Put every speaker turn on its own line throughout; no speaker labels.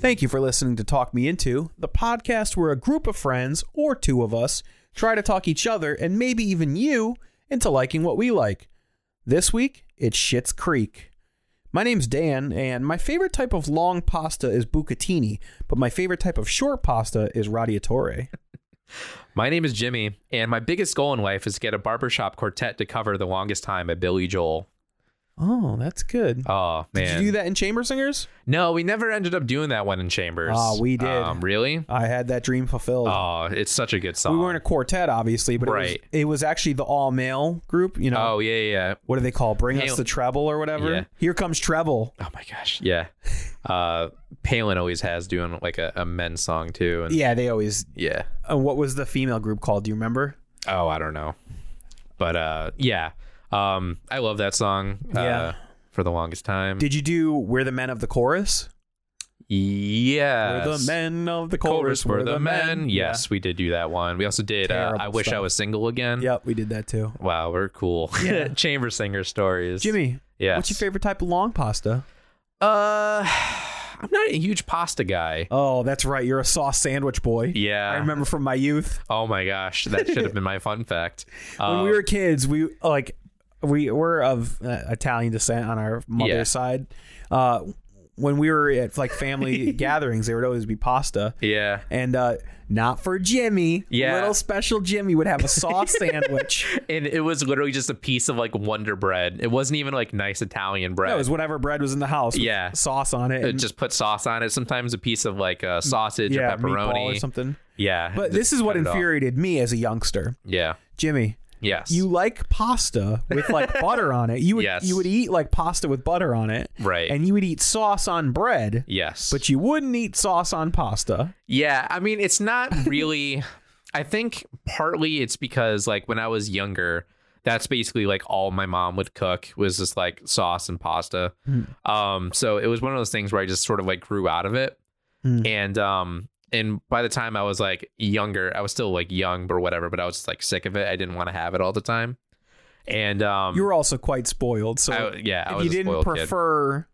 Thank you for listening to Talk Me Into, the podcast where a group of friends, or two of us, try to talk each other and maybe even you into liking what we like. This week, it's Shits Creek. My name's Dan, and my favorite type of long pasta is bucatini, but my favorite type of short pasta is radiatore.
My name is Jimmy, and my biggest goal in life is to get a barbershop quartet to cover The Longest Time by Billy Joel.
Oh, that's good.
Oh, man.
Did you do that in Chamber Singers?
No, we never ended up doing that one in Chambers. Um,
Ah, we did.
really?
I had that dream fulfilled.
Oh, it's such a good song.
we weren't a quartet, obviously, but it,
Right.
was, it was actually the all male group. You know,
Oh, yeah, yeah.
what do they call? Bring
Hail-
us the treble or whatever.
Yeah.
Here comes treble.
Oh, my gosh. Yeah. Uh, Palin always has doing like a, a men's song, too. And
Yeah, they always.
yeah.
Uh, what was the female group called? Do you remember?
Oh, I don't know. But uh, yeah. Um, I love that song. Uh,
Yeah.
For the longest time.
Did you do "We're the Men of the Chorus"?
yeah.
We're the men of the chorus.
Chorus
We're
were the men. Yes, we did do that one. We also did. Uh,
Terrible
I wish I
stuff.
was single again.
Yeah. Yep, we did that too.
Wow, we're cool. Chamber singer stories.
Jimmy,
Yes.
what's your favorite type of long pasta?
Uh, I'm not a huge pasta guy.
Oh, that's right. You're a sauce sandwich boy.
Yeah.
I remember from my youth.
Oh my gosh, that should have been my fun fact.
when
Um,
we were kids, we like we were of uh, Italian descent on our mother's
Yeah.
side. Uh, when we were at like family gatherings, there would always be pasta.
yeah.
And uh, not for Jimmy.
Yeah.
Little special Jimmy would have a sauce sandwich.
And it was literally just a piece of like Wonder Bread. It wasn't even like nice Italian bread.
That was whatever bread was in the house. with
Yeah.
Sauce on it.
It
and-
just put sauce on it. Sometimes a piece of like uh, sausage
yeah,
or
meatball
pepperoni.
or something.
Yeah.
But
just
this is what
cut it off.
infuriated me as a youngster.
Yeah.
Jimmy,
Yes.
you like pasta with like butter on it. You would
Yes.
you would eat like pasta with butter on it.
Right.
And you would eat sauce on bread.
Yes.
but you wouldn't eat sauce on pasta.
Yeah, I mean, it's not really. I think partly it's because like when I was younger, that's basically like all my mom would cook was just like sauce and pasta. Um, so it was one of those things where I just sort of like grew out of it,
Hmm.
and um, and by the time I was like younger, I was still like young or whatever, but I was just like sick of it. I didn't want to have it all the time, and um,
You were also quite spoiled, so
I, yeah, I
if
was
you
a
didn't
spoiled kid.
prefer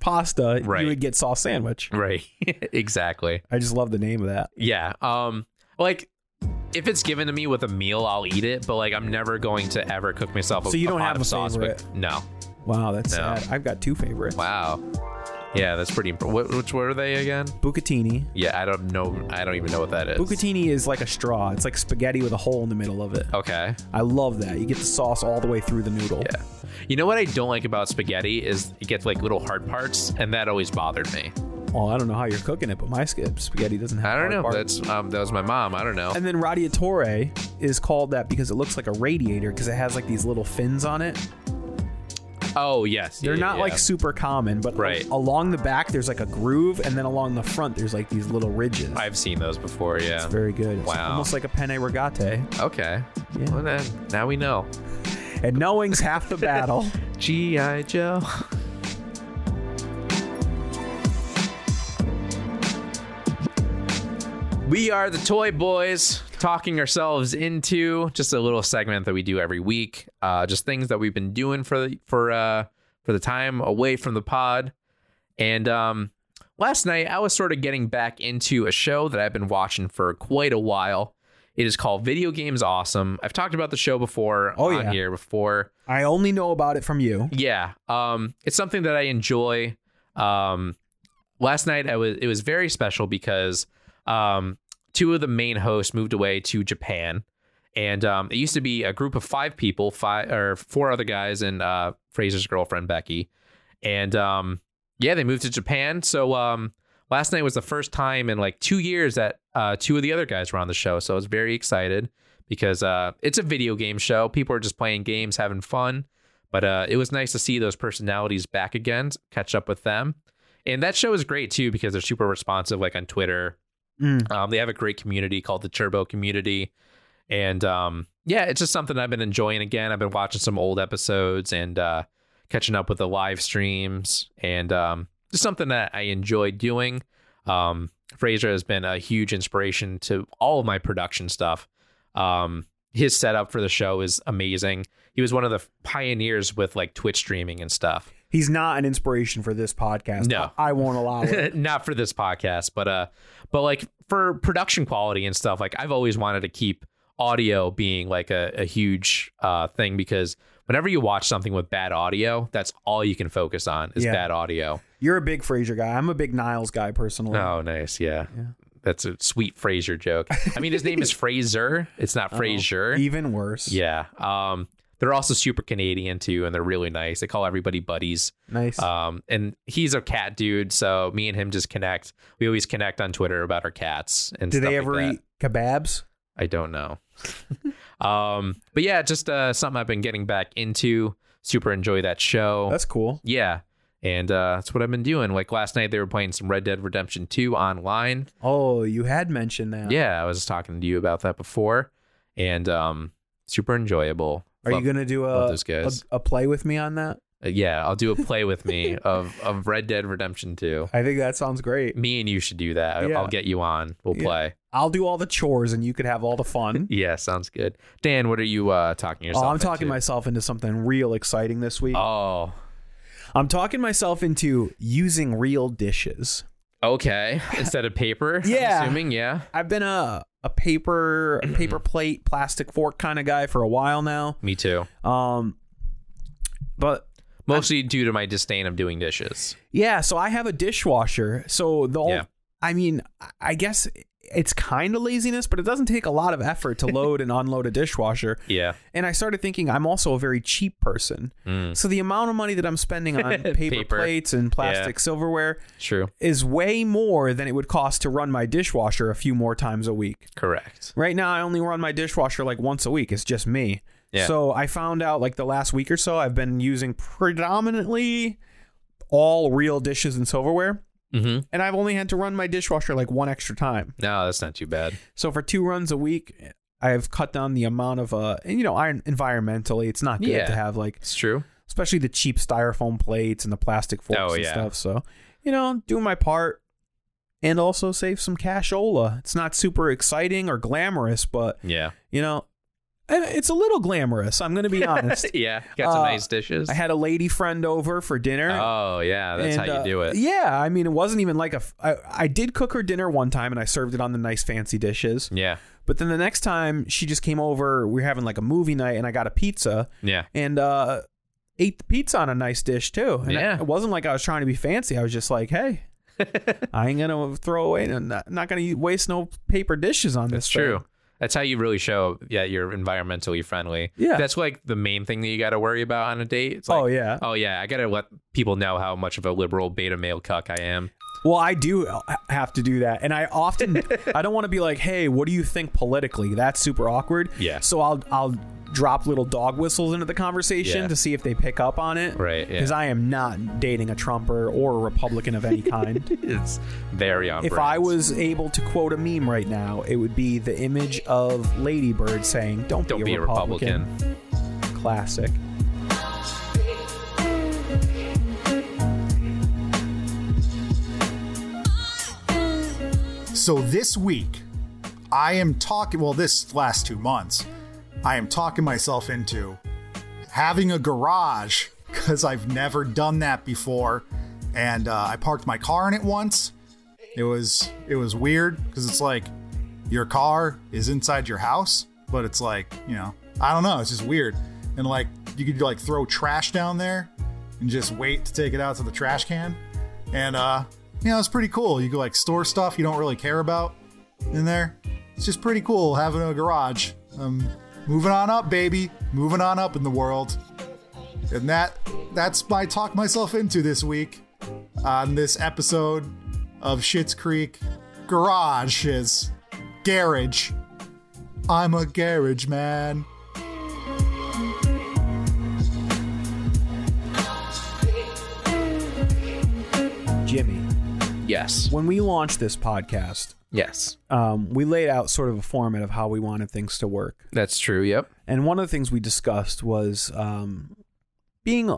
pasta,
Right.
you would get sauce sandwich.
right, exactly.
I just love the name of that.
Yeah. Um like if it's given to me with a meal, I'll eat it, but like I'm never going to ever cook myself a
So you
a
don't
pot
have
of
a
sauce.
favorite?
But no.
Wow, that's
No.
sad. I've got two favorites:
Wow. Yeah, that's pretty imp- what, which were they again?
bucatini.
Yeah, I don't know I don't even know what that is.
Bucatini is like a straw. It's like spaghetti with a hole in the middle of it.
Okay.
I love that. You get the sauce all the way through the noodle.
Yeah. You know what I don't like about spaghetti is it gets like little hard parts and that always bothered me.
Well, Oh, I don't know how you're cooking it, but my skip spaghetti doesn't have.
I don't
hard
know.
parts.
That's um that was my mom. I don't know.
And then radiatore is called that because it looks like a radiator because it has like these little fins on it.
oh, yes.
They're
Yeah,
not
yeah.
like super common, but
Right.
al- along the back there's like a groove, and then along the front there's like these little ridges.
I've seen those before, yeah.
It's very good. It's
Wow.
almost like a penne regate.
okay.
Yeah.
Well then, now we know.
And knowing's half the battle.
G.I. Joe. We are the Toy Boys, talking ourselves into just a little segment that we do every week. Uh, just things that we've been doing for the, for uh, for the time away from the pod. And um, last night, I was sort of getting back into a show that I've been watching for quite a while. It is called Video Games Awesome. I've talked about the show before
Oh,
on
yeah.
here before.
I only know about it from you.
Yeah. Um, it's something that I enjoy. Um, last night I was it was very special because um, two of the main hosts moved away to Japan, and um, it used to be a group of five people, five or four other guys and uh, Fraser's girlfriend Becky, and um, yeah, they moved to Japan. So um, last night was the first time in like two years that uh, two of the other guys were on the show, so I was very excited because uh, it's a video game show. People are just playing games, having fun But uh, it was nice to see those personalities back again, catch up with them. And that show is great too because they're super responsive, like on Twitter.
Mm.
Um, they have a great community called the Turbo Community. And um, yeah, it's just something I've been enjoying again. I've been watching some old episodes and uh, catching up with the live streams and um, just something that I enjoy doing. Um, Fraser has been a huge inspiration to all of my production stuff. Um, his setup for the show is amazing. He was one of the pioneers with like Twitch streaming and stuff.
He's not an inspiration for this podcast.
No.
I, I won't allow it.
Not for this podcast, but uh, but like for production quality and stuff. Like I've always wanted to keep audio being like a, a huge uh thing because whenever you watch something with bad audio, that's all you can focus on is
Yeah.
bad audio.
You're a big Frasier guy. I'm a big Niles guy personally.
Oh, nice. Yeah. That's a sweet Fraser joke. I mean, his name is Fraser. It's not Fraser.
Even worse.
Yeah. Um, they're also super Canadian too, and they're really nice. They call everybody buddies.
Nice.
Um, and he's a cat dude, so me and him just connect. We always connect on Twitter about our cats and
Do
stuff
they
like
ever
that.
eat kebabs?
I don't know. um, but yeah, just uh, something I've been getting back into. Super enjoy that show.
That's cool.
yeah. And uh, that's what I've been doing. Like last night, they were playing some Red Dead Redemption 2 online.
Oh, you had mentioned that.
Yeah, I was talking to you about that before, and um, super enjoyable.
Are
Love-
you gonna do
love
a,
those guys.
a a play with me on that?
Uh, Yeah, I'll do a play with me of of Red Dead Redemption Two.
I think that sounds great.
Me and you should do that. I-
Yeah.
I'll get you on. We'll
Yeah.
play.
I'll do all the chores and you could have all the fun.
Yeah, sounds good. Dan, what are you uh, talking yourself?
Oh, I'm talking
into?
myself into something real exciting this week.
Oh,
I'm talking myself into using real dishes.
okay. Instead of paper.
Yeah.
I'm assuming. Yeah.
I've been a a paper a paper plate, plastic fork kind of guy for a while now.
Me too.
Um but
Mostly due to my disdain of doing dishes.
Yeah, so I have a dishwasher. So the
Yeah.
whole, I mean, I guess it's kind of laziness, but it doesn't take a lot of effort to load and unload a dishwasher.
Yeah.
And I started thinking I'm also a very cheap person. So the amount of money that I'm spending on paper,
Mm. Paper.
plates and plastic silverware
True.
is way more than it would cost to run my dishwasher a few more times a week.
Correct.
Right now, I only run my dishwasher like once a week. It's just me.
Yeah.
So I found out like the last week or so, I've been using predominantly all real dishes and silverware.
Mm-hmm.
And I've only had to run my dishwasher like one extra time.
No, that's not too bad.
So for two runs a week, I've cut down the amount of, uh, and, you know, iron environmentally, it's not good
Yeah.
to have like,
It's true.
especially the cheap styrofoam plates and the plastic forks
Oh,
and
yeah.
stuff. So, you know, do my part and also save some cashola. It's not super exciting or glamorous, but
Yeah.
you know and it's a little glamorous i'm gonna be honest
yeah. Got some
Uh,
nice dishes.
i had a lady friend over for dinner
oh yeah, that's
and,
how you
uh,
do it.
yeah i mean it wasn't even like a f- I, I did cook her dinner one time and i served it on the nice fancy dishes
Yeah.
but then the next time she just came over we were having like a movie night and i got a pizza
Yeah.
and uh ate the pizza on a nice dish too and
Yeah.
it wasn't like i was trying to be fancy i was just like hey i ain't gonna throw away and not, not gonna waste no paper dishes on
That's
this thing.
true. That's how you really show yeah you're environmentally friendly.
Yeah.
that's like the main thing that you got to worry about on a date. It's like,
oh yeah
oh yeah, I gotta let people know how much of a liberal beta male cuck I am.
Well, I do have to do that, and I often I don't want to be like, "Hey, what do you think politically?" That's super awkward.
Yeah.
So I'll I'll drop little dog whistles into the conversation
Yeah.
to see if they pick up on it.
Right, yeah.
Because I am not dating a Trumper or a Republican of any kind.
It's very on.
if
brand.
I was able to quote a meme right now, it would be the image of Ladybird saying, "Don't,
don't
be, a, Republican. Classic.
So this week, I am talking, well, this last two months, I am talking myself into having a garage because I've never done that before. And uh, I parked my car in it once. It was it was weird because it's like your car is inside your house, but it's like you know I don't know. It's just weird. And like you could like throw trash down there and just wait to take it out to the trash can. And uh, you know it's pretty cool. You could like store stuff you don't really care about in there. It's just pretty cool having a garage. Um, moving on up, baby. Moving on up in the world. And that that's my talk myself into this week on this episode of Shits Creek Garages. Garage. I'm a garage man.
Jimmy,
Yes.
when we launched this podcast,
Yes.
um, we laid out sort of a format of how we wanted things to work.
That's true. Yep.
And one of the things we discussed was um, being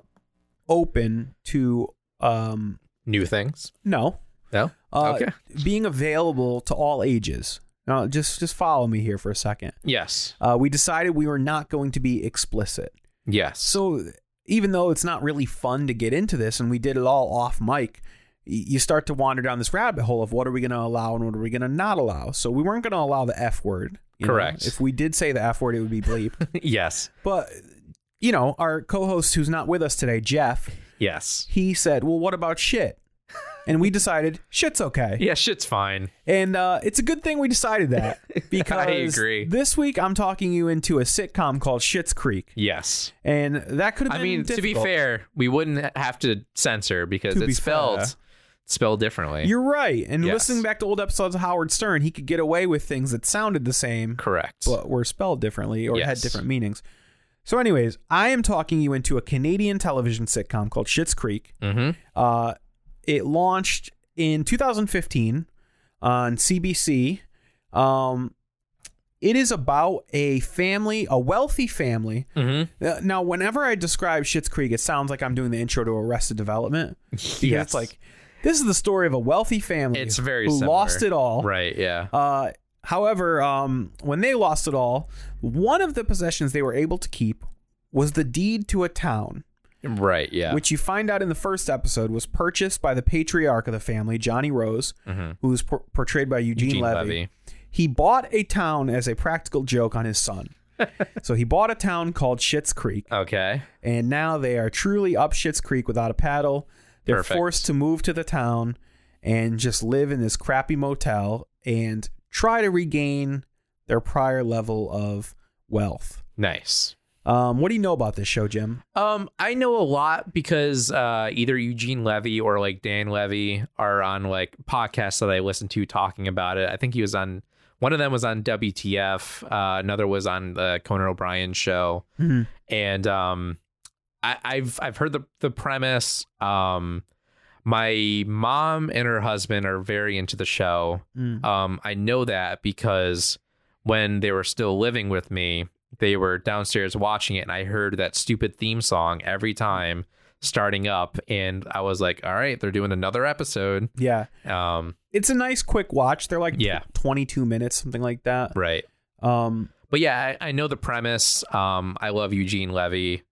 open to um,
New things.
no,
No.
uh,
okay.
being available to all ages. Now, just just follow me here for a second.
Yes.
Uh, we decided we were not going to be explicit.
Yes.
So even though it's not really fun to get into this, and we did it all off mic, y- you start to wander down this rabbit hole of what are we going to allow and what are we going to not allow. So we weren't going to allow the f word. you know?
Correct.
If we did say the f word, it would be bleep.
yes.
But you know, our co-host who's not with us today, Jeff,
Yes.
he said, "Well, what about shit?" And we decided shit's okay.
Yeah. Shit's fine.
And uh, it's a good thing we decided that because
agree.
this week I'm talking you into a sitcom called Shit's Creek,
Yes.
and that could have
I
been.
mean, to be
difficult.
fair, we wouldn't have to censor because
To be
it's spelled
fair.
spelled differently.
you're right. And
Yes.
listening back to old episodes of Howard Stern, he could get away with things that sounded the same
correct.
but were spelled differently or had
Yes.
different meanings. So, anyways, I am talking you into a Canadian television sitcom called Schitt's Creek.
Mhm.
Uh, it launched in 2015 on CBC. Um, it is about a family, a wealthy family.
Mhm.
Uh, Now, whenever I describe Schitt's Creek, it sounds like I'm doing the intro to Arrested Development because
Yes.
it's like this is the story of a wealthy family.
It's very
who
similar.
lost it all.
Right. Yeah.
Uh, however, um, when they lost it all, one of the possessions they were able to keep was the deed to a town,
right. Yeah.
which you find out in the first episode was purchased by the patriarch of the family, Johnny Rose, who was por- portrayed by Mm-hmm. Eugene,
Gene
Levy. He bought a town as a practical joke on his son. so he bought a town called Schitt's Creek,
Okay.
and now they are truly up Schitt's Creek without a paddle. They're
Perfect.
forced to move to the town and just live in this crappy motel and try to regain their prior level of wealth.
Nice.
Um, what do you know about this show, Jim?
Um, I know a lot because uh, either Eugene Levy or like Dan Levy are on like podcasts that I listen to talking about it. I think he was on one of them was on WTF, uh, another was on the Conan O'Brien show,
Mhm.
and um, I, I've I've heard the the premise. Um, my mom and her husband are very into the show.
Mm.
Um, I know that because when they were still living with me, they were downstairs watching it, and I heard that stupid theme song every time starting up, and I was like, "All right, they're doing another episode."
Yeah.
Um,
It's a nice quick watch. They're like
Yeah.
22 minutes, something like that.
right.
Um,
But yeah, I, I know the premise. Um, I love Eugene Levy.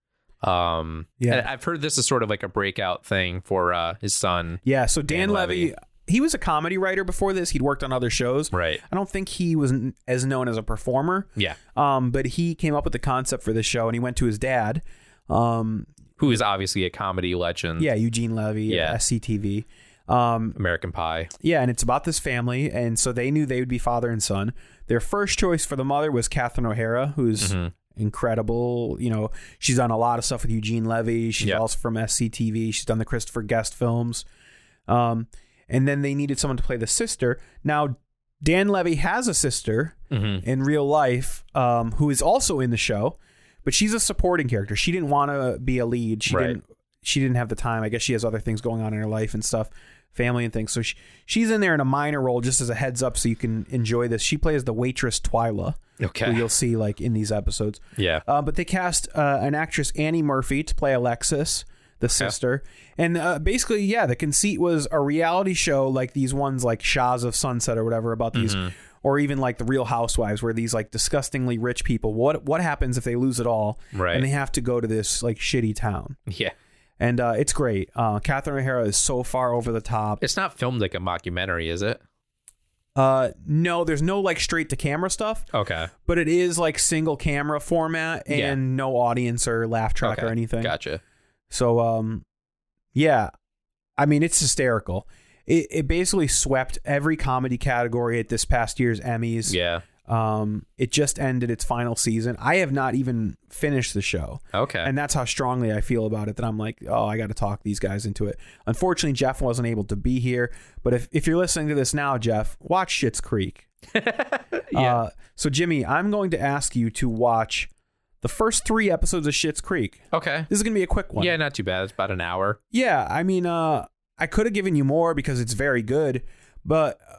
Um,
Yeah.
and I've heard this is sort of like a breakout thing for uh, his son.
yeah. So Dan,
Dan
Levy,
Levy.
he was a comedy writer before this. He'd worked on other shows.
Right.
I don't think he was n- as known as a performer.
Yeah.
Um, but he came up with the concept for this show and he went to his dad. Um,
Who is obviously a comedy legend.
yeah, Eugene Levy,
Yeah.
SCTV. Um,
American Pie.
yeah, and it's about this family, and so they knew they would be father and son. Their first choice for the mother was Catherine O'Hara, who's
Mm-hmm.
incredible. You know, she's done a lot of stuff with Eugene Levy. She's
Yeah.
also from SCTV. She's done the Christopher Guest films. Um, and then they needed someone to play the sister. Now, Dan Levy has a sister
Mm-hmm.
in real life um, who is also in the show, but she's a supporting character. She didn't want to be a lead. She
Right.
didn't. She didn't have the time. I guess she has other things going on in her life and stuff, family and things. So she, she's in there in a minor role, just as a heads up, so you can enjoy this. She plays the waitress Twyla, who
Okay.
you'll see like in these episodes.
Yeah.
Uh, but they cast uh, an actress Annie Murphy to play Alexis, the sister, and uh, basically, yeah, the conceit was a reality show like these ones like Shahs of Sunset or whatever about these,
Mm-hmm.
or even like the Real Housewives, where these like disgustingly rich people. What what happens if they lose it all,
Right.
And they have to go to this like shitty town,
Yeah.
and uh, it's great. Uh, Catherine O'Hara is so far over the top.
It's not filmed like a mockumentary, is it?
Uh, no, there's no like straight to camera stuff.
Okay.
But it is like single camera format and
Yeah.
no audience or laugh track
okay.
or anything.
Gotcha.
So um yeah, I mean it's hysterical. It it basically swept every comedy category at this past year's Emmys.
Yeah.
Um it just ended its final season. I have not even finished the show.
Okay.
And that's how strongly I feel about it that I'm like, oh, I got to talk these guys into it. Unfortunately, Jeff wasn't able to be here. But if, if you're listening to this now, Jeff, watch Shit's Creek. yeah. Uh, so, Jimmy, I'm going to ask you to watch the first three episodes of Shit's Creek.
okay.
This is going to be a quick one.
Yeah, not too bad. It's about an hour.
Yeah, I mean, uh, I could have given you more because it's very good, but uh,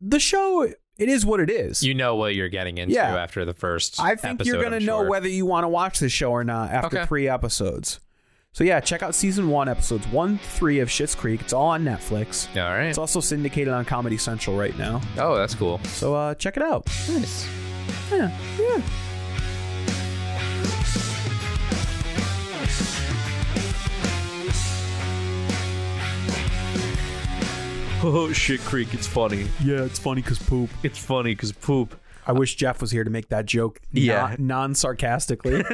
the show it is what it is.
You know what you're getting into
Yeah.
after the first.
I think you're
episode,
going
I'm
to know
sure.
whether you want to watch this show or not after
Okay.
three episodes. So yeah, check out season one, episodes one, three of Shit's Creek. It's all on Netflix.
All right.
It's also syndicated on Comedy Central right now.
Oh, that's cool.
So uh, check it out.
Nice.
Yeah, yeah.
Oh, shit, Creek. It's funny.
Yeah, it's funny because poop.
It's funny because poop.
I wish Jeff was here to make that joke.
Yeah.
non sarcastically,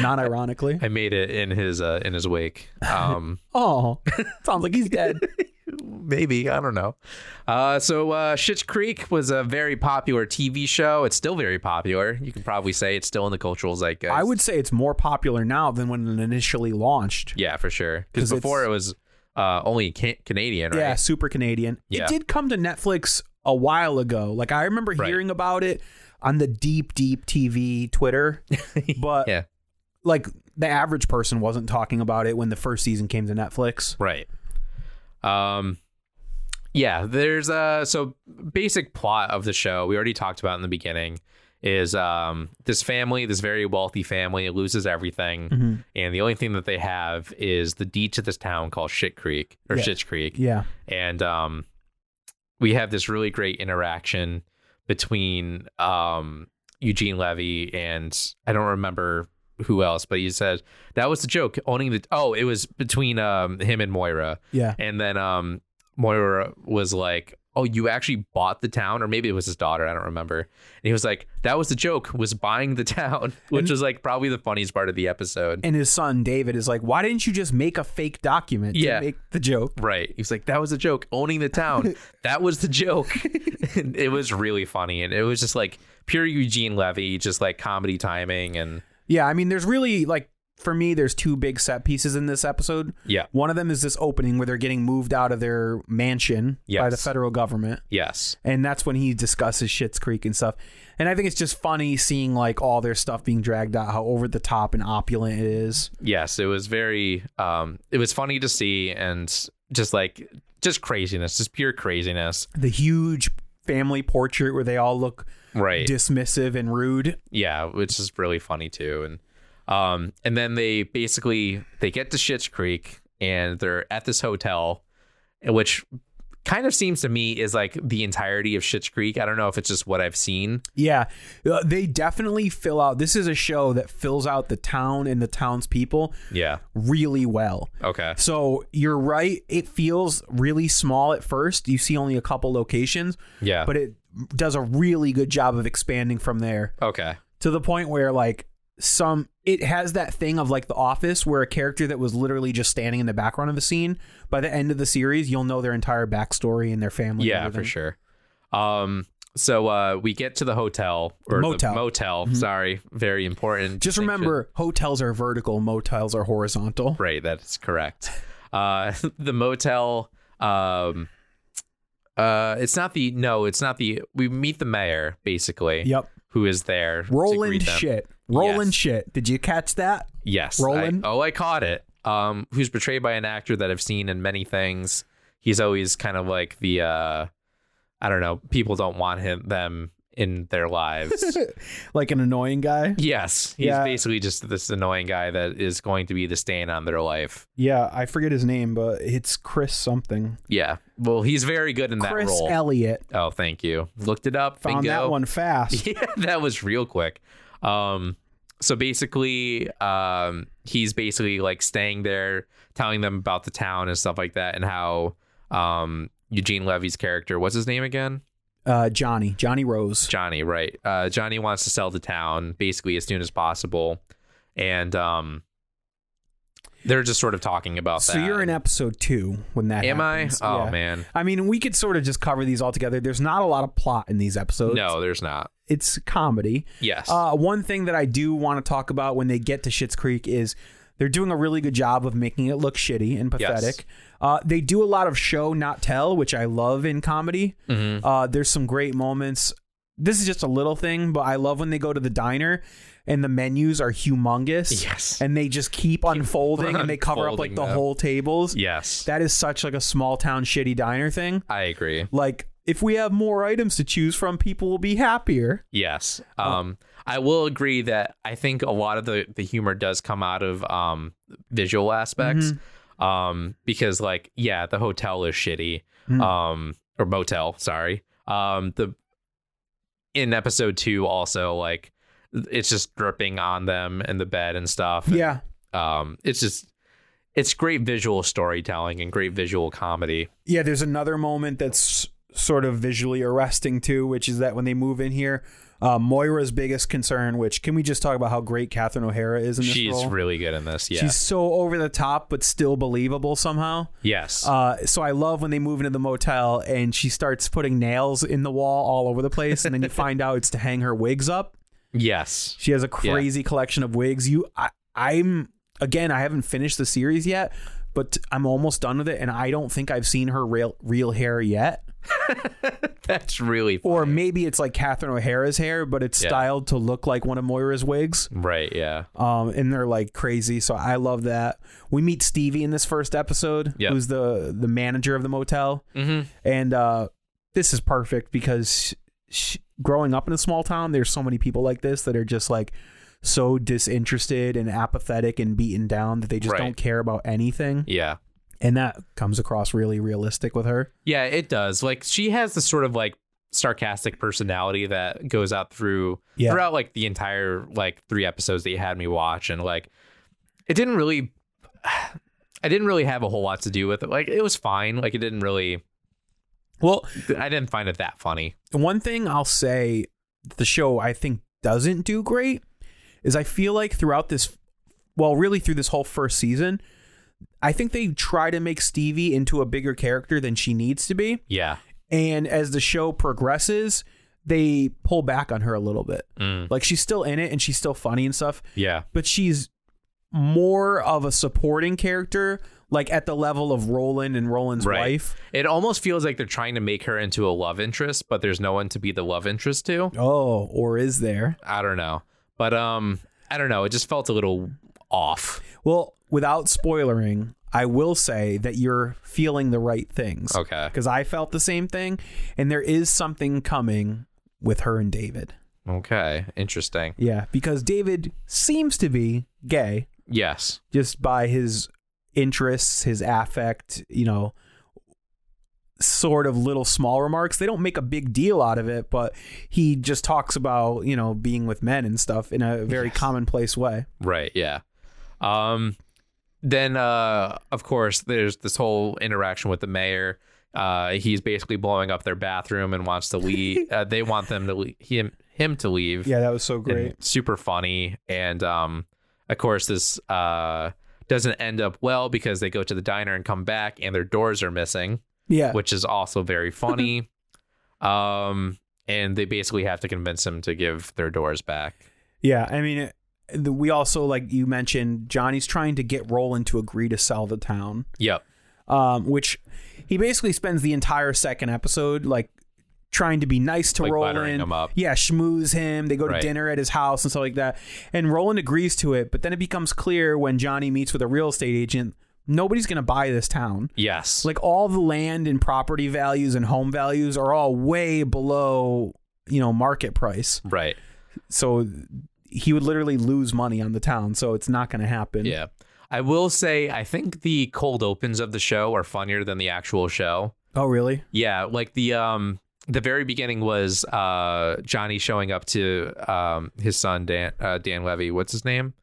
non ironically.
I made it in his uh, in his wake. Um,
Oh, sounds like he's dead.
maybe I don't know. Uh, so uh, Schitt's Creek was a very popular TV show. It's still very popular. You can probably say it's still in the cultural zeitgeist.
I would say it's more popular now than when it initially launched.
yeah, for sure.
'Cause
Because
it's-
before it was uh, only ca- Canadian, right?
Yeah, super Canadian.
Yeah.
It did come to Netflix a while ago. Like I remember
Right.
hearing about it on the deep, deep TV Twitter, but
Yeah.
like the average person wasn't talking about it when the first season came to Netflix.
Right. Um yeah, there's a so basic plot of the show we already talked about in the beginning is um this family, this very wealthy family loses everything and the only thing that they have is the deed to this town called Shit Creek or
Yeah.
Shitch Creek
Yeah,
and um, we have this really great interaction between um, Eugene Levy and I don't remember who else, but he said that was the joke owning the. Oh, it was between um, him and Moira,
yeah,
and then um, Moira was like. Oh, you actually bought the town, or maybe it was his daughter. I don't remember. And he was like, "That was the joke, was buying the town," which was like probably the funniest part of the episode.
and his son David is like, "Why didn't you just make a fake document
Yeah.
to make the joke?"
Right. He's like, that was a joke. Owning the town. that was the joke. and it was really funny. And it was just like pure Eugene Levy, just like comedy timing. And
Yeah, I mean, there's really like for me, there's two big set pieces in this episode.
Yeah.
one of them is this opening where they're getting moved out of their mansion by
Yes.
the federal government.
yes.
and that's when he discusses Shit's Creek and stuff. And I think it's just funny seeing like all their stuff being dragged out, how over the top and opulent it is.
Yes. It was very, um, it was funny to see and just like, just craziness, just pure craziness.
The huge family portrait where they all look
Right.
dismissive and rude.
yeah which is really funny too and um and then they basically they get to Schitt's Creek and they're at this hotel which kind of seems to me is like the entirety of Schitt's Creek I don't know if it's just what I've seen
Yeah, Uh, they definitely fill out. This is a show that fills out the town and the townspeople
yeah
really well.
okay
So you're right. It feels really small at first. You see only a couple locations,
yeah
but it does a really good job of expanding from there.
okay
to the point where like some it has that thing of like the office where a character that was literally just standing in the background of a scene by the end of the series you'll know their entire backstory and their family and
yeah for
everything.
sure um so uh we get to the hotel or the
Motel.
motel Mm-hmm. sorry very important
just
distinction.
remember hotels are vertical motels are horizontal
Right, that is correct. Uh, the motel. Um, uh, it's not the no, it's not the. We meet the mayor basically.
Yep.
Who is there? to
roland
greet them.
shit roland
Yes.
shit did you catch that
Yes.
Roland?
I, oh, I caught it. Um, who's portrayed by an actor that I've seen in many things. He's always kind of like the. Uh, I don't know. People don't want him them in their lives.
like an annoying guy
yes, he's
Yeah.
basically just this annoying guy that is going to be the stain on their life.
yeah i forget his name but it's chris something
Yeah. Well, he's very good in that
chris
role.
elliott
Oh, thank you. Looked it up.
found
Bingo.
that one fast
Yeah, that was real quick. Um, so basically, um, he's basically like staying there, telling them about the town and stuff like that, and how um Eugene Levy's character, what's his name again?
uh johnny johnny rose
Johnny, right? Uh, Johnny wants to sell the town basically as soon as possible, and um, they're just sort of talking about
so
that.
you're in episode two when that
Am I?
happens.
Oh
Yeah.
man,
I mean, we could sort of just cover these all together. There's not a lot of plot in these episodes.
no, there's not.
It's comedy.
Yes,
Uh, one thing that I do want to talk about when they get to Schitt's Creek is they're doing a really good job of making it look shitty and pathetic. Uh, they do a
Mm-hmm.
lot of show, not tell, which I love in comedy. Uh, there's some great moments. this is just a little thing, but I love when they go to the diner and the menus are humongous.
Yes.
And they just keep, unfolding and they cover up like
unfolding
the
them.
whole tables.
Yes.
That is such like a small town shitty diner thing.
I agree.
Like if we have more items to choose from, people will be happier.
Yes.
Oh.
Um, I will agree that I think a lot of the, the humor does come out of um, visual aspects.
Mm-hmm.
Um, because like, yeah, the hotel is shitty.
Mm.
Um, or motel, sorry. Um, the in episode two also like it's just dripping on them and the bed and stuff. And,
Yeah.
Um, it's just it's great visual storytelling and great visual comedy.
Yeah, there's another moment that's sort of visually arresting too, which is that when they move in here, uh, Moira's biggest concern, which can we just talk about how great Catherine O'Hara is in this
She's
role?
really good in this. Yeah.
She's so over the top, but still believable somehow.
yes.
Uh, so I love when they move into the motel and she starts putting nails in the wall all over the place, and then you find out it's to hang her wigs up.
yes.
She has a crazy collection of wigs. You, I, I'm again, I haven't finished the series yet, but I'm almost done with it, and I don't think I've seen her real real hair yet.
That's really
Or maybe it's like Catherine O'Hara's hair, but it's
Yeah.
styled to look like one of Moira's wigs.
right. Yeah.
Um, and they're like crazy, so I love that. We meet Stevie in this first episode,
Yeah.
who's the the manager of the motel,
Mm-hmm.
and uh, this is perfect because sh growing up in a small town, there's so many people like this that are just like so disinterested and apathetic and beaten down that they just
Right.
don't care about anything,
Yeah.
and that comes across really realistic with her.
Yeah, it does. Like she has this sort of like sarcastic personality that goes out through
Yeah.
throughout like the entire like three episodes that you had me watch and like it didn't really I didn't really have a whole lot to do with it. Like it was fine. Like it didn't really
Well,
I didn't find it that funny.
one thing I'll say that the show I think doesn't do great is I feel like throughout this well really through this whole first season I think they try to make Stevie into a bigger character than she needs to be
Yeah.
and as the show progresses they pull back on her a little bit.
Mm.
Like she's still in it and she's still funny and stuff,
Yeah.
but she's more of a supporting character like at the level of Roland and Roland's
Right.
wife.
It almost feels like they're trying to make her into a love interest, but there's no one to be the love interest to.
Oh, or is there?
I don't know. But um I don't know. It just felt a little off.
Well, without spoilering, I will say that you're feeling the right things.
Okay.
Because I felt the same thing, and there is something coming with her and David.
Okay. Interesting.
Yeah, because David seems to be gay
Yes.
just by his interests, his affect, you know, sort of little small remarks. They don't make a big deal out of it, but he just talks about, you know, being with men and stuff in a very commonplace way.
Right, yeah. Um then uh of course there's this whole interaction with the mayor. Uh he's basically blowing up their bathroom and wants to leave uh, they want them to leave, him him to leave.
Yeah, that was so
And
great.
super funny and um of course this uh doesn't end up well because they go to the diner and come back and their doors are missing,
yeah.
which is also very funny. um and they basically have to convince him to give their doors back.
Yeah, I mean, it- the, we also like you mentioned Johnny's trying to get Roland to agree to sell the town,
Yep.
um, which he basically spends the entire second episode like trying to be nice to
Like
Roland,
buttering him up.
yeah, schmooze him. They go to
Right.
dinner at his house and stuff like that, and Roland agrees to it. But then it becomes clear when Johnny meets with a real estate agent, nobody's going to buy this town.
Yes.
Like all the land and property values and home values are all way below you know market price
right.
so he would literally lose money on the town so it's not going to happen
Yeah. I will say, I think the cold opens of the show are funnier than the actual show.
oh really
Yeah, like the um the very beginning was uh Johnny showing up to um his son Dan uh, Dan Levy. What's his name?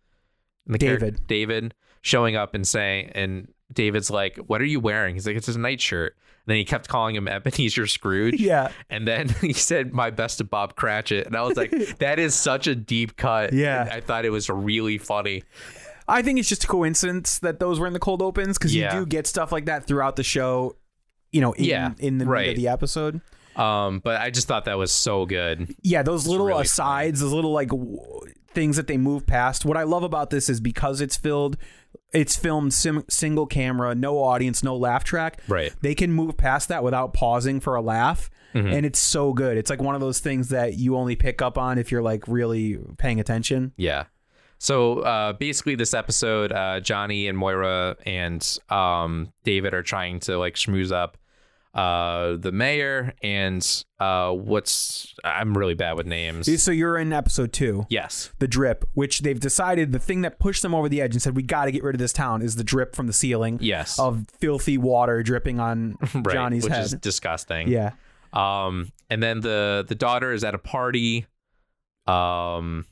And the character-
David.
David showing up and saying, and David's like, "What are you wearing?" He's like, "It's his nightshirt." And then he kept calling him Ebenezer Scrooge.
Yeah.
And then he said, "My best to Bob Cratchit," and I was like, "That is such a deep cut."
Yeah.
And I thought it was really funny.
i think it's just a coincidence that those were in the cold opens because
Yeah.
you do get stuff like that throughout the show you know in,
Yeah,
in the meat
right.
of the episode
Um, but I just thought that was so good.
yeah those little
really
asides those little like w- things that they move past what i love about this is because it's filled it's filmed sim- single camera no audience no laugh track
Right. Mm-hmm.
they can move past that without pausing for a laugh and it's so good. It's like one of those things that you only pick up on if you're like really paying attention.
Yeah. So uh, basically, this episode, uh, Johnny and Moira and um, David are trying to like schmooze up uh, the mayor and uh, what's I'm really bad with names.
So you're in episode two.
yes.
The drip, which they've decided the thing that pushed them over the edge and said we got to get rid of this town, is the drip from the ceiling.
Yes.
of filthy water dripping on
Right,
Johnny's
which
head.
is disgusting.
yeah,
Um, and then the the daughter is at a party, um,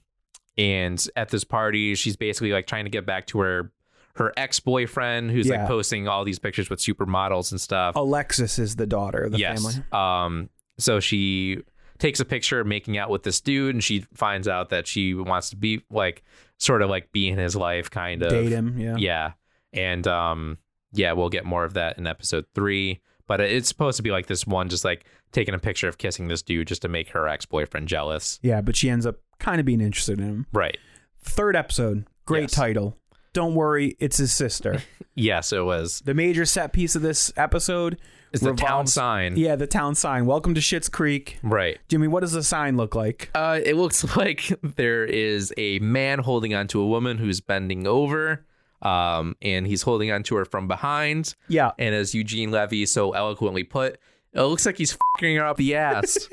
and at this party, she's basically like trying to get back to her her ex boyfriend, who's
Yeah.
like posting all these pictures with supermodels and stuff.
Alexis is the daughter of the
yes.
family.
Um, so she takes a picture of making out with this dude, and she finds out that she wants to be like sort of like be in his life, kind of
Date him. Yeah.
yeah and um yeah we'll get more of that in episode three but it- it's supposed to be like this one just like taking a picture of kissing this dude just to make her ex-boyfriend jealous
Yeah, but she ends up kind of being interested in him.
right
Third episode, great
Yes.
title. Don't worry, it's his sister.
yes it was
the major set piece of this episode
it's the town
revolves-
sign
Yeah, the town sign. Welcome to Shit's Creek.
right
Jimmy, what does the sign look like?
uh it looks like there is a man holding onto a woman who's bending over um and he's holding onto her from behind
Yeah.
and as eugene levy so eloquently put it looks like he's f***ing her up the ass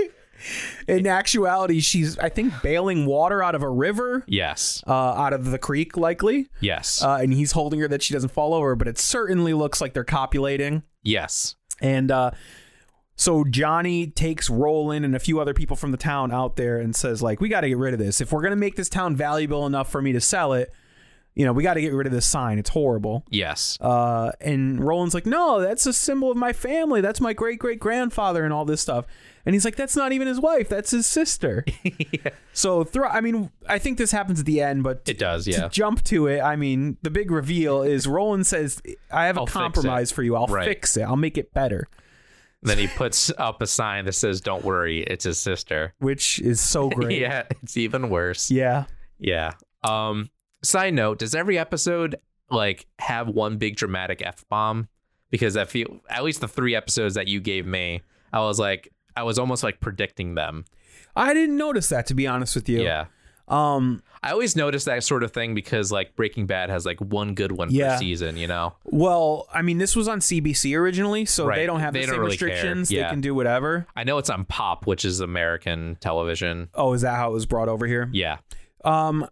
In actuality, she's I think bailing water out of a river,
yes
uh, out of the creek likely,
yes
uh, and he's holding her that she doesn't fall over. But it certainly looks like they're copulating.
yes
And uh, so Johnny takes Roland and a few other people from the town out there and says, like, we got to get rid of this. If we're going to make this town valuable enough for me to sell it, you know, we got to get rid of this sign. It's horrible.
yes
Uh, and Roland's like, no, that's a symbol of my family. That's my great great grandfather and all this stuff. And he's like, that's not even his wife. That's his sister. So, thro- I mean, I think this happens at the end, but
it does
to
yeah
jump to it, I mean, the big reveal is Roland says, I have a
I'll fix it.
compromise for you. I'll
Right.
fix it. I'll make it better.
then he puts up a sign that says don't worry it's his sister
which is so great.
yeah it's even worse
Yeah.
yeah um side note does every episode like have one big dramatic f-bomb because i feel at least the three episodes that you gave me i was like i was almost like predicting them
I didn't notice that to be honest with you.
yeah
Um
i always notice that sort of thing because like breaking bad has like one good one
Yeah.
per season you know
well, I mean this was on CBC originally, so
Right.
they don't have
They
the
don't
same
really care.
restrictions.
Yeah.
They can do whatever.
i know it's on pop which is american television
Oh, is that how it was brought over here?
yeah
Um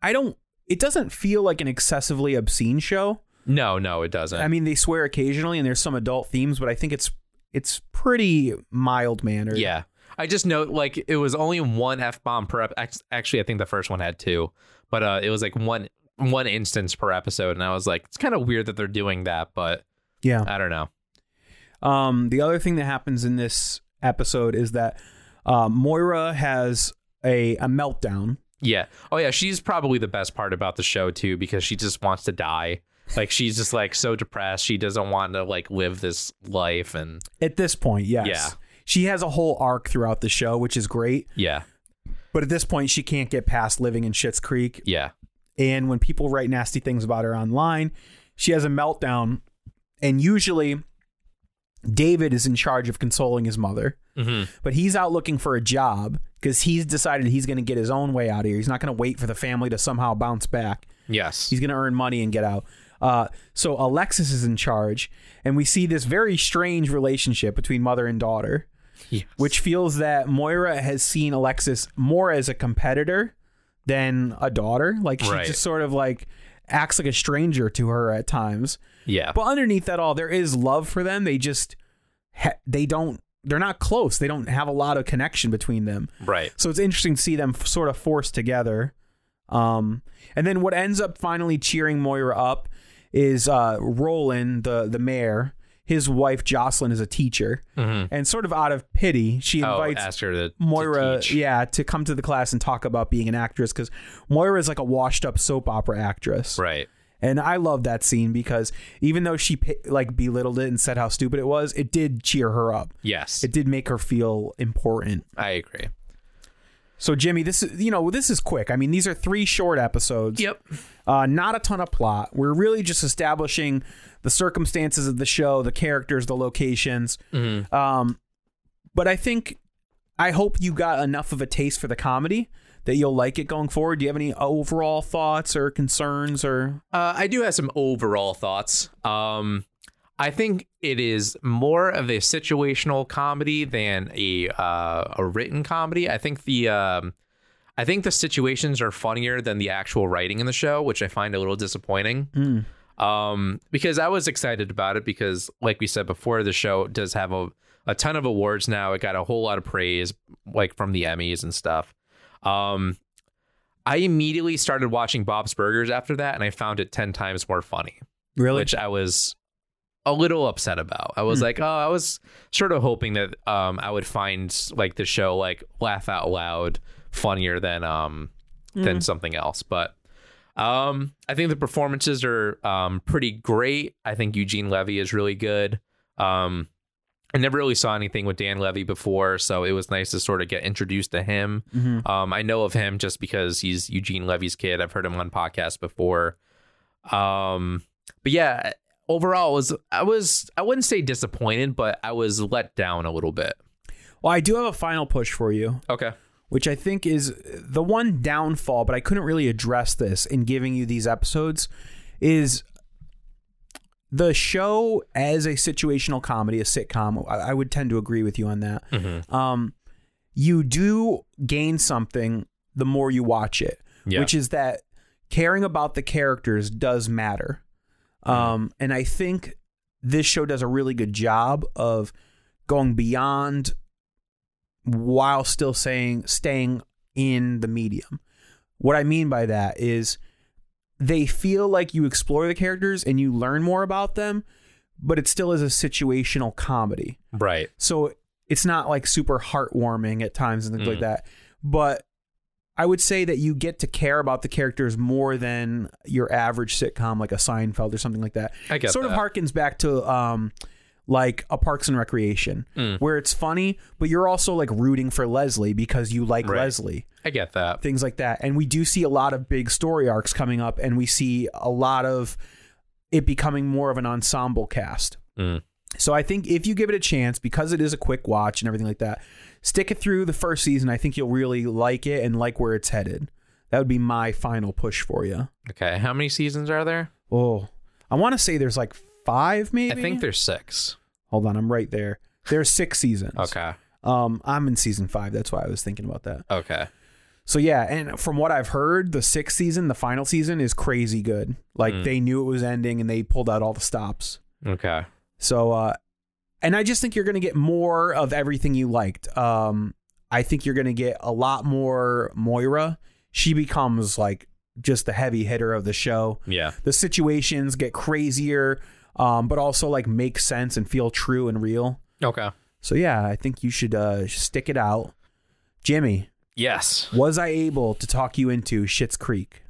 I don't it doesn't feel like an excessively obscene show.
no no it doesn't
I mean they swear occasionally and there's some adult themes, but I think it's it's pretty mild mannered.
Yeah. I just know like it was only one F bomb per ep- ac- actually I think the first one had two, but uh it was like one one instance per episode and I was like it's kind of weird that they're doing that, but
Yeah.
I don't know.
Um, the other thing that happens in this episode is that uh, Moira has a, a meltdown.
Yeah. Oh yeah, she's probably the best part about the show too because she just wants to die. Like she's just like so depressed. She doesn't want to like live this life and
At this point, yes.
Yeah.
She has a whole arc throughout the show, which is great.
yeah.
But at this point, she can't get past living in Schitt's Creek.
Yeah.
And when people write nasty things about her online, she has a meltdown. And usually, David is in charge of consoling his mother.
Mhm.
But he's out looking for a job because he's decided he's going to get his own way out of here. He's not going to wait for the family to somehow bounce back.
Yes.
He's going to earn money and get out. Uh, so Alexis is in charge, and we see this very strange relationship between mother and daughter,
Yes.
which feels that Moira has seen Alexis more as a competitor than a daughter. Like she
Right.
just sort of like acts like a stranger to her at times.
yeah.
But underneath that all, there is love for them. They just ha- they don't they're not close. They don't have a lot of connection between them.
right.
So it's interesting to see them f- sort of forced together. Um, and then what ends up finally cheering Moira up is uh, Roland, the the mayor. His wife Jocelyn is a teacher, and sort of out of pity, she
Mm-hmm. Oh,
invites
ask her to to
Moira,
teach.
yeah, to come to the class and talk about being an actress because Moira is like a washed up soap opera actress,
Right.
and I love that scene because even though she pi- like belittled it and said how stupid it was, it did cheer her up.
Yes.
It did make her feel important.
I agree.
So Jimmy, this is you know this is quick. I mean, these are three short episodes.
Yep.
Uh, not a ton of plot. We're really just establishing the circumstances of the show, the characters, the locations. Um, But I think I hope you got enough of a taste for the comedy that you'll like it going forward. Do you have any overall thoughts or concerns or
Uh, I do have some overall thoughts. Um, I think it is more of a situational comedy than a uh, a written comedy. I think the um, I think the situations are funnier than the actual writing in the show, which I find a little disappointing. Um, because I was excited about it because, like we said before, the show does have a a ton of awards now. It got a whole lot of praise, like from the Emmys and stuff. Um, I immediately started watching Bob's Burgers after that, and I found it ten times more funny,
really?
which I was a little upset about. I was like, oh, I was sort of hoping that um, I would find like the show like laugh out loud funnier than um than something else, but. Um, I think the performances are um pretty great. I think Eugene Levy is really good. Um, I never really saw anything with Dan Levy before, so it was nice to sort of get introduced to him. Um, I know of him just because he's Eugene Levy's kid. I've heard him on podcasts before. Um, but yeah, overall, I was I was I wouldn't say disappointed, but I was let down a little bit.
Well, I do have a final push for you,
Okay.
which I think is the one downfall, but I couldn't really address this in giving you these episodes is the show as a situational comedy, a sitcom. I, I would tend to agree with you on that. Um, you do gain something the more you watch it,
Yeah.
which is that caring about the characters does matter. Um, and I think this show does a really good job of going beyond while still saying staying in the medium. What I mean by that is they feel like you explore the characters and you learn more about them, but it still is a situational comedy.
Right.
So it's not like super heartwarming at times and things
Mm.
like that. But I would say that you get to care about the characters more than your average sitcom, like a Seinfeld or something like that.
I get
sort of
that.
harkens back to um, like a Parks and Recreation,
Mm.
where it's funny, but you're also like rooting for Leslie because you like
Right.
Leslie
I get that.
things like that. And we do see a lot of big story arcs coming up, and we see a lot of it becoming more of an ensemble cast.
Mm.
So I think if you give it a chance, because it is a quick watch and everything like that, stick it through the first season. I think you'll really like it and like where it's headed. That would be my final push for you.
Okay. How many seasons are there?
Oh, I want to say there's like five, maybe.
I think there's six.
Hold on, I'm right there. There's six seasons.
Okay.
Um, I'm in season five. That's why I was thinking about that.
Okay.
So yeah, and from what I've heard, the sixth season, the final season, is crazy good. Like they knew it was ending and they pulled out all the stops.
Okay.
So, uh, and I just think you're gonna get more of everything you liked. Um, I think you're gonna get a lot more Moira. She becomes like just the heavy hitter of the show.
Yeah.
The situations get crazier, um, but also like make sense and feel true and real.
Okay.
So yeah, I think you should uh, stick it out, Jimmy.
Yes.
Was I able to talk you into Shits Creek?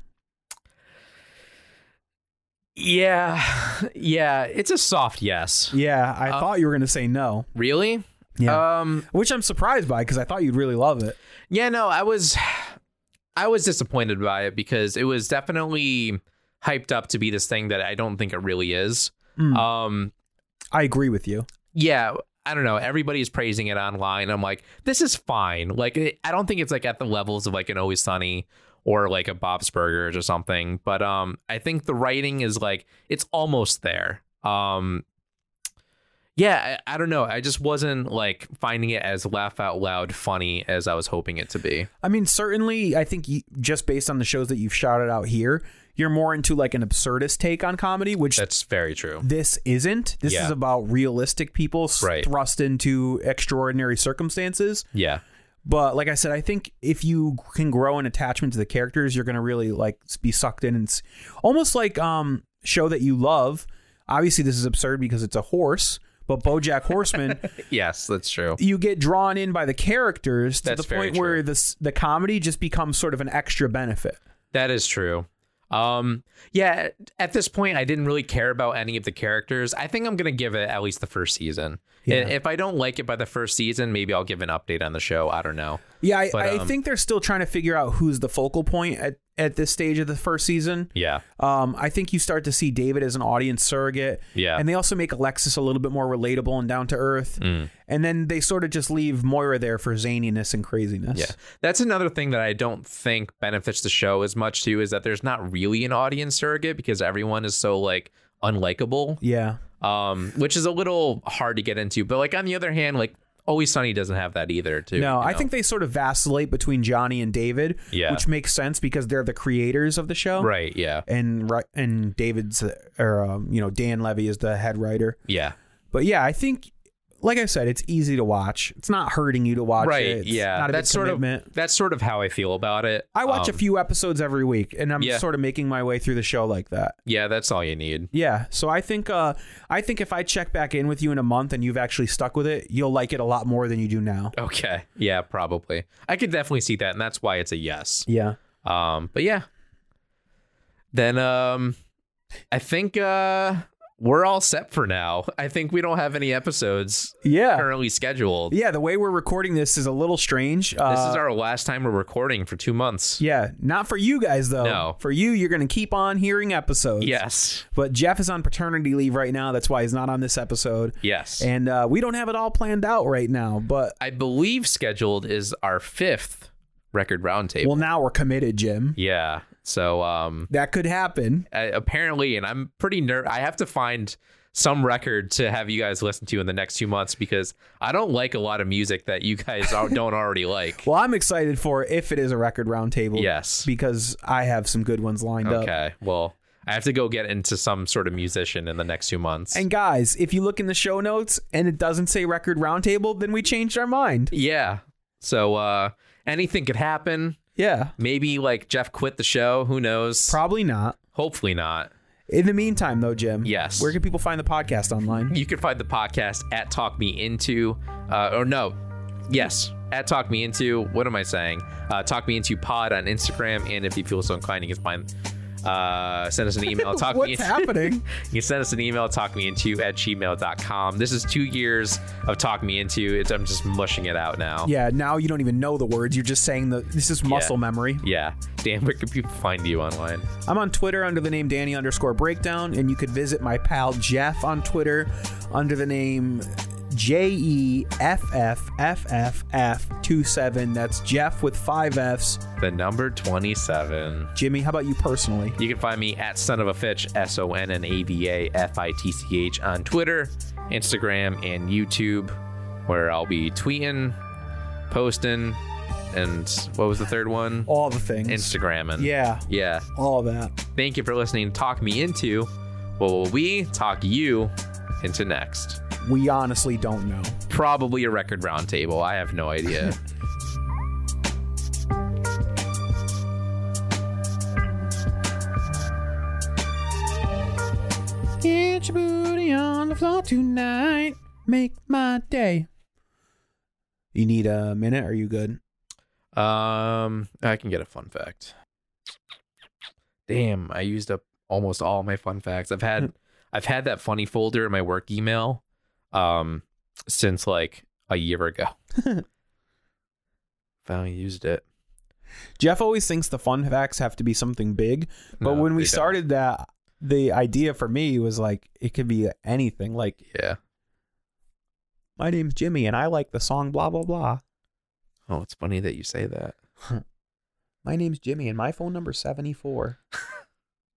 Yeah. Yeah. It's a soft yes.
Yeah, I
Uh,
thought you were going to say no,
Really?
Yeah.
Um.
which I'm surprised by because I thought you'd really love it.
Yeah, no, I was I was disappointed by it because it was definitely hyped up to be this thing that I don't think it really is. Um
I agree with you.
yeah, I don't know. Everybody's praising it online. I'm like, this is fine. Like it, I don't think it's like at the levels of like an Always Sunny or like a Bob's Burgers or something, but um I think the writing is like it's almost there. Um yeah, I, I don't know. I just wasn't like finding it as laugh out loud funny as I was hoping it to be.
I mean, certainly, I think you, just based on the shows that you've shouted out here, you're more into like an absurdist take on comedy, which
That's very true.
this isn't. This
Yeah.
is about realistic people s-
Right.
thrust into extraordinary circumstances.
Yeah.
But like I said, I think if you can grow an attachment to the characters, you're gonna really like be sucked in and s- almost like um show that you love. Obviously, this is absurd because it's a horse, but BoJack Horseman,
Yes, that's true.
you get drawn in by the characters to
That's
the
very
point
true.
where this the comedy just becomes sort of an extra benefit.
That is true. Um yeah, at this point I didn't really care about any of the characters. I think I'm going to give it at least the first season. And if I don't like it by the first season, maybe I'll give an update on the show. I don't know.
Yeah, I,
But,
I
um,
think they're still trying to figure out who's the focal point at, at this stage of the first season.
Yeah.
Um, I think you start to see David as an audience surrogate.
Yeah.
And they also make Alexis a little bit more relatable and down to earth.
Mm.
And then they sort of just leave Moira there for zaniness and craziness.
Yeah. That's another thing that I don't think benefits the show as much too is that there's not really an audience surrogate because everyone is so like unlikable.
Yeah.
Um, which is a little hard to get into. But like on the other hand, like Always Sunny doesn't have that either, too.
No,
you
I
know?
think they sort of vacillate between Johnny and David,
Yeah.
which makes sense because they're the creators of the show.
Right, yeah.
And ri- and David's or um, you know Dan Levy is the head writer.
Yeah.
But yeah, I think like I said, it's easy to watch. It's not hurting you to watch
Right.
it. It's
yeah.
Not a
that's
big
sort
commitment.
of that's sort of how I feel about it.
I watch
Um,
a few episodes every week and I'm
yeah.
sort of making my way through the show like that.
Yeah, that's all you need.
Yeah. So I think uh I think if I check back in with you in a month and you've actually stuck with it, you'll like it a lot more than you do now.
Okay. Yeah, probably. I could definitely see that, and that's why it's a yes.
Yeah.
Um, but yeah. Then um I think uh we're all set for now. I think we don't have any episodes
Yeah.
currently scheduled.
Yeah, the way we're recording this is a little strange. Uh,
This is our last time we're recording for two months.
Yeah, not for you guys though.
No.
For you, you're going to keep on hearing episodes.
Yes.
But Jeff is on paternity leave right now. That's why he's not on this episode.
Yes.
And uh, we don't have it all planned out right now, but
I believe scheduled is our fifth record roundtable.
well, now we're committed, Jim.
yeah. So um
That could happen.
uh, apparently, and I'm pretty ner. I have to find some record to have you guys listen to in the next two months because I don't like a lot of music that you guys al- don't already like.
Well, I'm excited for it if it is a record roundtable.
Yes.
Because I have some good ones lined up.
Okay. Well, I have to go get into some sort of musician in the next two months.
And guys, if you look in the show notes and it doesn't say record roundtable, then we changed our mind.
yeah. So uh anything could happen.
Yeah.
Maybe like Jeff quit the show. Who knows?
Probably not.
Hopefully not.
In the meantime, though, Jim.
Yes.
Where can people find the podcast online?
You can find the podcast at Talk Me Into, uh, or no, yes, at Talk Me Into. What am I saying? Uh, Talk Me Into Pod on Instagram, and if you feel so inclined, you can find. Uh, send us an email. Talk me
What's
into,
happening?
You can send us an email, talkmeinto at gmail.com. This is two years of Talk Me Into. It's, I'm just mushing it out now.
Yeah, now you don't even know the words. You're just saying the this is muscle memory.
Yeah. Dan, where can people find you online?
I'm on Twitter under the name Danny underscore breakdown, and you could visit my pal Jeff on Twitter under the name J E F F F F F two seven. That's Jeff with five F's.
The number 27.
Jimmy, how about you personally?
You can find me at Son of a Fitch, S O N N A V A F I T C H, on Twitter, Instagram, and YouTube, where I'll be tweeting, posting, and what was the third one?
All the things.
Instagramming.
Yeah,
Yeah.
all that.
Thank you for listening to Talk Me Into. What will we talk you into next?
We honestly don't know.
Probably a record roundtable. I have no idea.
Get your booty on the floor tonight. Make my day. You need a minute? Are you good?
Um, I can get a fun fact. Damn, I used up almost all my fun facts. I've had I've had that funny folder in my work email um since like a year ago. Finally used it.
Jeff always thinks the fun facts have to be something big, but
No,
when we
they don't.
started that, the idea for me was like it could be anything. Like
Yeah.
my name's Jimmy and I like the song blah blah blah.
Oh, it's funny that you say that.
My name's Jimmy and my phone number's seventy four.